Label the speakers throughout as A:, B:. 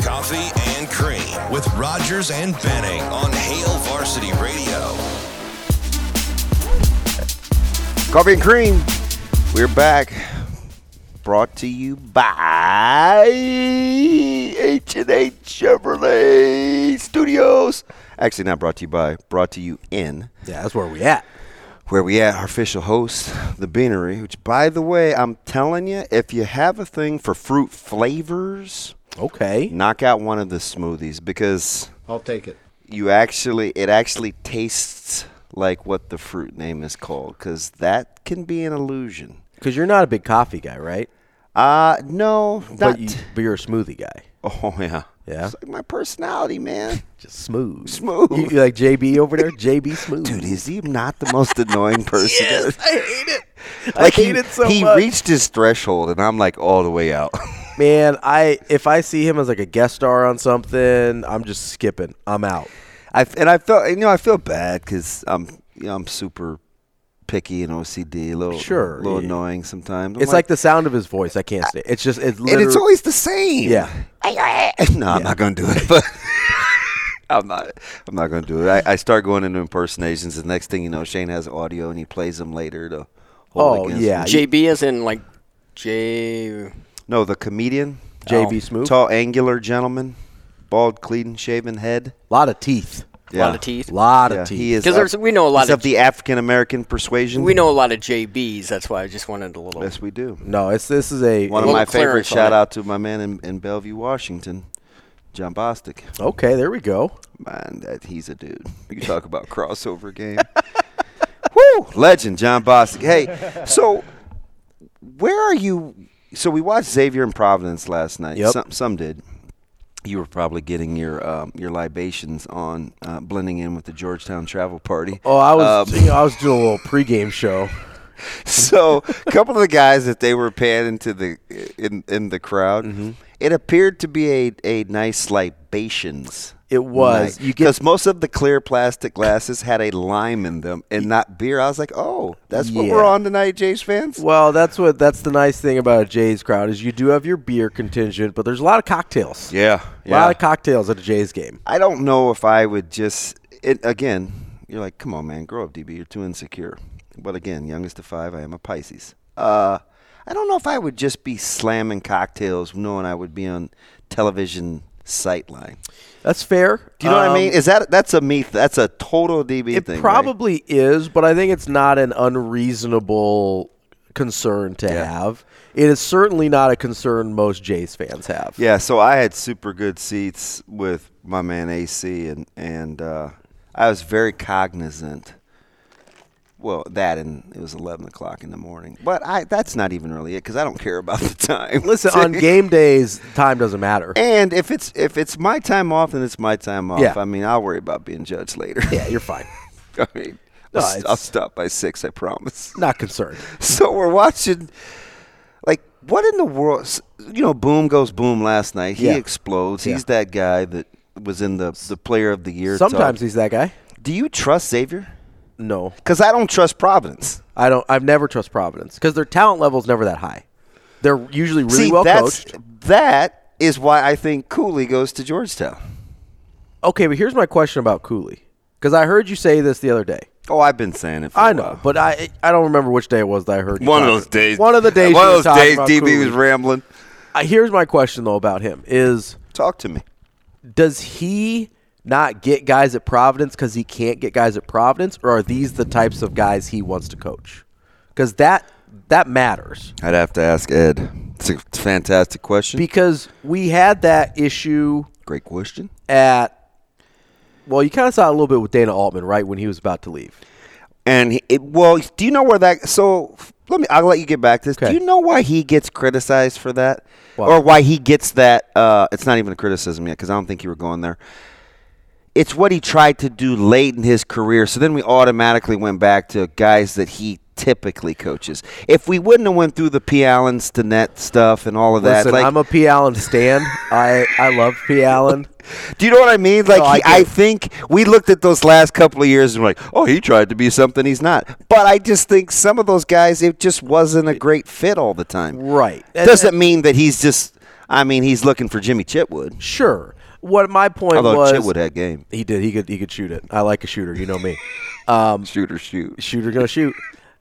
A: Coffee and Cream with Rogers and Benning on Hale Varsity Radio.
B: Coffee and Cream, we're back. Brought to you by H and H Chevrolet Studios. Actually, not brought to you by. Brought to you in
C: Yeah, that's where we at.
B: where we at. Our official host, the Beanery. Which, by the way, I'm telling you, if you have a thing for fruit flavors,
C: Okay.
B: knock out one of the smoothies because
C: I'll take it.
B: you actually it actually tastes like what the fruit name is called because that can be an illusion
C: Because you're not a big coffee guy, right?
B: uh no not
C: But, you, but you're a smoothie guy.
B: oh yeah
C: Yeah?
B: it's like my personality man
C: Just smooth.
B: Smooth.
C: You, you like JB over there? JB smooth.
B: dude is he not the most annoying person
C: Yes, I hate it. I
B: like
C: hate
B: he,
C: it so
B: he
C: much.
B: reached his threshold and i'm like all the way out
C: Man, I if I see him as like a guest star on something, I'm just skipping. I'm out.
B: I and I felt you know I feel bad because I'm you know I'm super picky and OCD a little
C: Sure,
B: a little
C: yeah.
B: annoying sometimes. I'm
C: It's like, the sound of his voice. I can't stand. it. It's just it's
B: and
C: literally.
B: it's always the same.
C: Yeah.
B: no, I'm not gonna do it. But I'm not. I'm not gonna do it. I, I start going into impersonations. The next thing you know, Shane has audio and he plays them later to. Hold
C: Oh,
B: against
C: yeah.
B: me.
D: JB is in like J.
B: No, the comedian.
C: JB Smooth?
B: Tall, angular gentleman, bald, clean shaven head.
C: a lot of teeth.
B: Yeah.
D: lot of teeth.
C: lot
B: Yeah,
C: of teeth.
B: he is.
D: 'Cause there's-
B: of-
D: we know a lot
B: he's
D: of-
B: the African American persuasion.
D: We know a lot of JBs. That's why I just wanted a little.
B: Yes, we do.
C: No, it's this is a
B: One of
D: Little
B: my favorite
D: clearance on
B: shout
D: it.
B: out to my man in, in Bellevue, Washington, John Bostic.
C: okay. There we go.
B: Man, that he's a dude. You talk about crossover game. Woo! Legend, John Bostic. Hey, so where are you? So we watched Xavier in Providence last night.
C: Yep.
B: Some, some did. You were probably getting your um, your libations on uh, blending in with the Georgetown travel party.
C: Oh, I was
B: Um,
C: you know, I was doing a little pregame show.
B: so a couple of the guys that they were panning to the in in the crowd,
C: Mm-hmm.
B: it appeared to be a a nice libations.
C: It was. You get-
B: because most of the clear plastic glasses had a lime in them and not beer. I was like, oh, that's what we're
C: Yeah.
B: on tonight, Jays fans.
C: Well, that's what that's the nice thing about Jay's crowd is you do have your beer contingent, but there's a lot of cocktails.
B: yeah,
C: A lot of cocktails at a Jays game.
B: I don't know if I would just it again. You're like, come on, man, grow up, DB. You're too insecure. But again, youngest of five, I am a Pisces. Uh, I don't know if I would just be slamming cocktails, knowing I would be on television sightline.
C: That's fair.
B: Do you know what I
C: Um,
B: mean? Is that that's a myth? That's a total DB
C: It
B: thing. right?
C: probably is, but I think it's not an unreasonable concern to have. It is certainly not a concern most Jays fans have.
B: Yeah, so I had super good seats with my man AC, and and uh, I was very cognizant. Well, that and it was eleven o'clock in the morning, but I that's not even really it because I don't care about the time.
C: Listen, on game days, time doesn't matter.
B: and if it's if it's my time off, then it's my time off.
C: Yeah.
B: I mean, I'll worry about being judged later.
C: yeah, you're fine.
B: I mean,
C: No,
B: I'll,
C: it's-
B: I'll stop by six, I promise.
C: Not concerned.
B: so we're watching like what in the world s- you know boom goes boom last night he
C: Yeah.
B: explodes
C: Yeah.
B: he's that guy that was in the the player of the year talk.
C: Sometimes he's that guy.
B: do you trust xavier
C: No,
B: because i don't trust providence
C: I don't. I've never trust Providence because their talent level's never that high. They're usually really
B: see
C: well
B: that's
C: coached.
B: that is why i think cooley goes to georgetown
C: Okay, but here's my question about Cooley because I heard you say this the other day.
B: oh i've been saying it for
C: I
B: a
C: know,
B: while.
C: but I I don't remember which day it was that I heard. you
B: one of
C: talk-
B: those days
C: One of the days.
B: one
C: you were
B: of those
C: talking
B: days
C: about
B: db
C: Cooley.
B: was rambling
C: I- here's my question though about him is
B: talk to me
C: does he not get guys at Providence because he can't get guys at Providence, or are these the types of guys he wants to coach? Because that that matters.
B: i'd have to ask ed it's a fantastic question
C: Because we had that issue
B: great question
C: at. Well, you kind of saw it a little bit with Dana Altman, right, when he was about to leave.
B: and he, it, well, do you know where that? So Let me. I'll let you get back to this. Do
C: Okay.
B: you know why he gets criticized for that,
C: Why?
B: or why he gets that? Uh, it's not even a criticism yet because I don't think you were going there. It's what he tried to do late in his career. So then we automatically went back to guys that he typically coaches. If we wouldn't have went through the P. Allen Stinnett stuff and all of that,
C: Listen,
B: like,
C: I'm a P. Allen stan. I I love P. Allen.
B: do you know what I mean? Like,
C: No,
B: he,
C: I
B: I,
C: do.
B: think we looked at those last couple of years and were like, oh, he tried to be something he's not. But I just think some of those guys, it just wasn't a great fit all the time.
C: Right. And-
B: Doesn't mean that he's just. I mean, he's looking for Jimmy Chitwood.
C: Sure. What my point
B: Although
C: was,
B: Chitwood had game,
C: he did. He could he could shoot it. I like a shooter. You know me. Um,
B: shooter shoot.
C: shooter gonna shoot.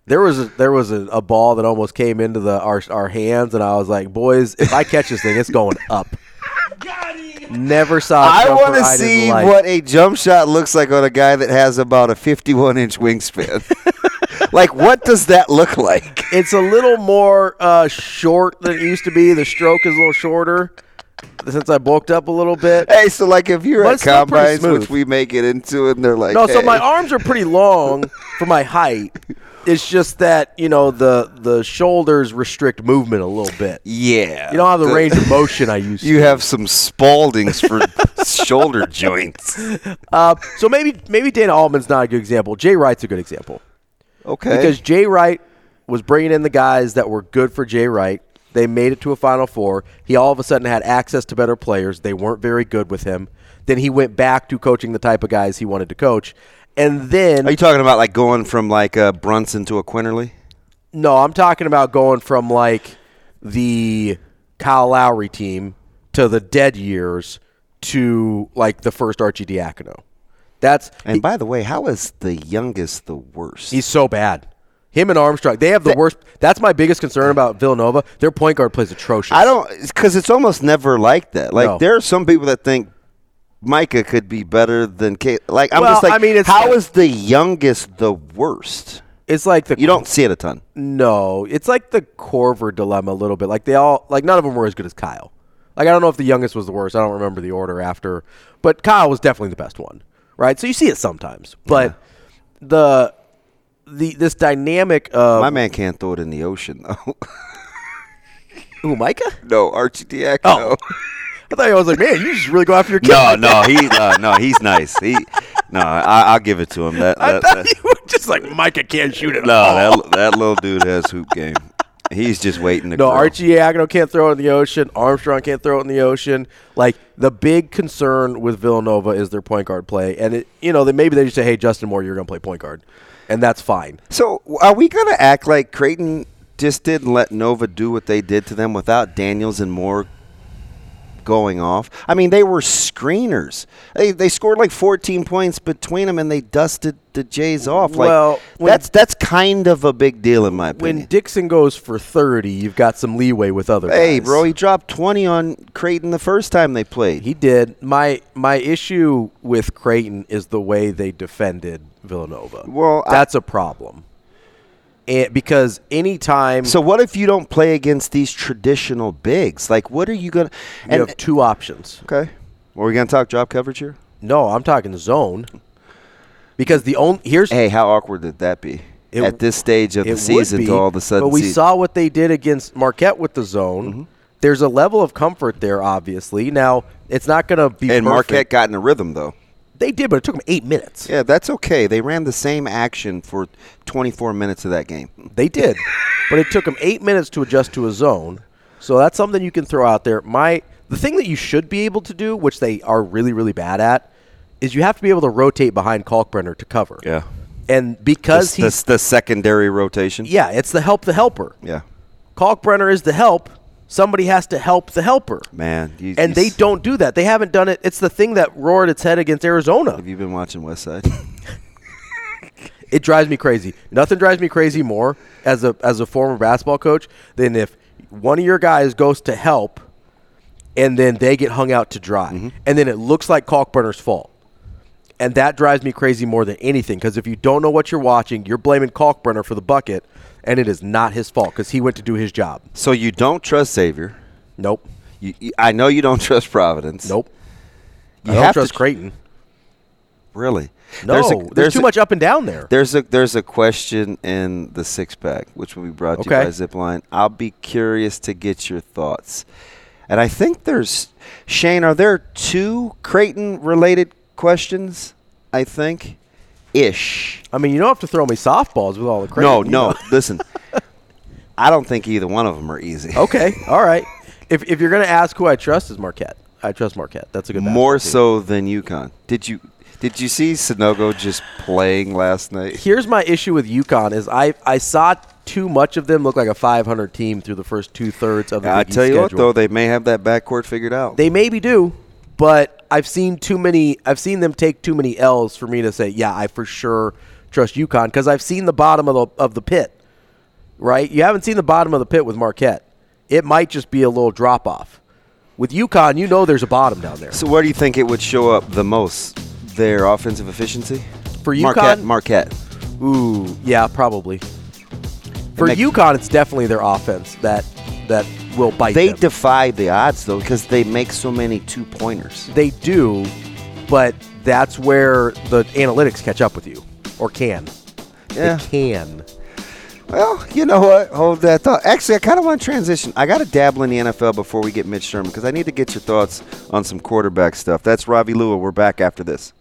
C: There was a, there was a, a ball that almost came into the our, our hands, and I was like, boys, if I catch this thing, it's going up. Never saw. a
B: I
C: jumper
B: want to
C: didn't
B: see
C: like.
B: what a jump shot looks like on a guy that has about a 51 inch wingspan. like, what does that look like?
C: It's a little more uh, short than it used to be. The stroke is a little shorter since I bulked up a little bit.
B: Hey, so like if you're
C: But
B: at
C: it's still pretty
B: combines,
C: smooth.
B: which we may get into, and they're like,
C: No, so
B: hey.
C: my arms are pretty long for my height. It's just that you know the the shoulders restrict movement a little bit.
B: Yeah.
C: You don't have the range of motion I used
B: You
C: to.
B: have some Spaldings for shoulder joints.
C: Uh, so maybe maybe Dana Altman's not a good example. Jay Wright's a good example
B: Okay.
C: because Jay Wright was bringing in the guys that were good for Jay Wright. They made it to a Final Four. He all of a sudden had access to better players. They weren't very good with him. Then he went back to coaching the type of guys he wanted to coach. And then
B: Are you talking about like going from like uh, Brunson to a Quinterly?
C: No, I'm talking about going from like the Kyle Lowry team to the dead years to like the first Archie Diacono. That's
B: And by the way, how is the youngest the worst?
C: he's so bad. Him and Armstrong, they have the worst. That's my biggest concern about Villanova. Their point guard plays atrocious.
B: I don't because it's almost never like that. Like
C: No.
B: there are some people that think Micah could be better than Kate. Like I'm
C: Well,
B: just like,
C: I mean, it's-
B: how is the youngest the worst?
C: It's like the
B: You don't see it a ton.
C: No, it's like the Corver dilemma a little bit. Like they all, like none of them were as good as Kyle. Like I don't know if the youngest was the worst. I don't remember the order after, but Kyle was definitely the best one, right? So you see it sometimes, but the the this dynamic of
B: My man can't throw it in the ocean though.
C: who Micah?
B: no, Archie Diacono.
C: I thought I was like, man, you just really go after your kid.
B: No, no, he uh, no, he's nice. He no, I, I'll give it to him. That,
C: I
B: that,
C: thought
B: that-
C: you were just like Micah can't shoot it.
B: no, that that little dude has hoop game. He's just waiting to.
C: No,
B: grow.
C: Archie Agno can't throw it in the ocean. Armstrong can't throw it in the ocean. Like the big concern with Villanova is their point guard play, and it, you know, then maybe they just say, "Hey, Justin Moore, you're going to play point guard," and that's fine.
B: So are we gonna act like Creighton just didn't let Nova do what they did to them without Daniels and Moore going off? I mean, they were screeners. They they scored like 14 points between them, and they dusted the Jays off. Like
C: Well, when-
B: that's that's kind of a big deal in my opinion.
C: When Dixon goes for thirty, you've got some leeway with other.
B: Hey,
C: guys.
B: bro, he dropped 20 on Creighton the first time they played.
C: He did. My my issue with Creighton is the way they defended Villanova.
B: Well, I-
C: that's a problem, and because anytime
B: So what if you don't play against these traditional bigs? Like, what are you gonna?
C: you have two options.
B: okay, well, we gonna talk job coverage here?
C: No, I'm talking zone. Because the only here's
B: Hey, how awkward would that be
C: It-
B: at this stage of
C: it
B: the
C: would
B: season?
C: be,
B: to all of a sudden,
C: But we
B: see- Mm-hmm.
C: saw what they did against Marquette with the zone. There's a level of comfort there, obviously. Now it's not going to be
B: and
C: perfect.
B: Marquette got in a rhythm though.
C: They did, but it took them eight minutes.
B: Yeah, that's okay. They ran the same action for 24 minutes of that game.
C: They did, but it took them eight minutes to adjust to a zone. So that's something you can throw out there. My the thing that you should be able to do, which they are really really bad at, is you have to be able to rotate behind Kalkbrenner to cover.
B: Yeah.
C: and because
B: the,
C: he's
B: the secondary rotation.
C: yeah, it's the help the helper.
B: yeah,
C: Kalkbrenner is the help. Somebody has to help the helper.
B: man. You,
C: And
B: you
C: they
B: s-
C: don't do that. They haven't done it. It's the thing that roared its head against Arizona.
B: Have you been watching West Side?
C: It drives me crazy. Nothing drives me crazy more as a as a former basketball coach than if one of your guys goes to help and then they get hung out to dry.
B: Mm-hmm.
C: And then it looks like Kalkbrenner's fault. And that drives me crazy more than anything because if you don't know what you're watching, you're blaming Kalkbrenner for the bucket and it is not his fault because he went to do his job.
B: so you don't trust Xavier.
C: Nope.
B: You, you, I know you don't trust Providence.
C: Nope.
B: You
C: I don't
B: have to
C: trust
B: tr-
C: Creighton.
B: Really?
C: No,
B: There's
C: there's,
B: a- there's
C: too
B: a-
C: much up and down there.
B: There's a there's a question in the six pack, which will be brought to
C: Okay.
B: you by Zipline. I'll be curious to get your thoughts. And I think there's Shane. Are there two Creighton related questions? I think, ish.
C: I mean, you don't have to throw me softballs with all the crazy.
B: no,
C: you
B: no.
C: know.
B: Listen, I don't think either one of them are easy.
C: okay, all right. If if you're gonna ask who I trust is Marquette, I trust Marquette. That's a good
B: More
C: basketball team.
B: so than UConn. Did you did you see Sonogo just playing last night?
C: Here's my issue with UConn is I I saw too much of them look like a 500 team through the first two thirds of the
B: I
C: Big East
B: tell you what,
C: schedule.
B: though, they may have that backcourt figured out.
C: They maybe do, but I've seen too many. I've seen them take too many L's for me to say, yeah, I for sure trust UConn because I've seen the bottom of the of the pit. Right? You haven't seen the bottom of the pit with Marquette. It might just be a little drop off. With UConn, you know there's a bottom down there.
B: So where do you think it would show up the most? Their offensive efficiency?
C: For
B: Marquette,
C: UConn?
B: Marquette.
C: Ooh, yeah, probably. For
B: make-
C: UConn, it's definitely their offense that that will bite.
B: They
C: them.
B: defy the odds though because they make so many two pointers.
C: They do, but that's where the analytics catch up with you, or can.
B: Yeah.
C: They can.
B: Well, you know what? Hold that thought. Actually, I kind of want to transition. I got to dabble in the NFL before we get Mitch Sherman because I need to get your thoughts on some quarterback stuff. That's Ravi Lua. We're back after this.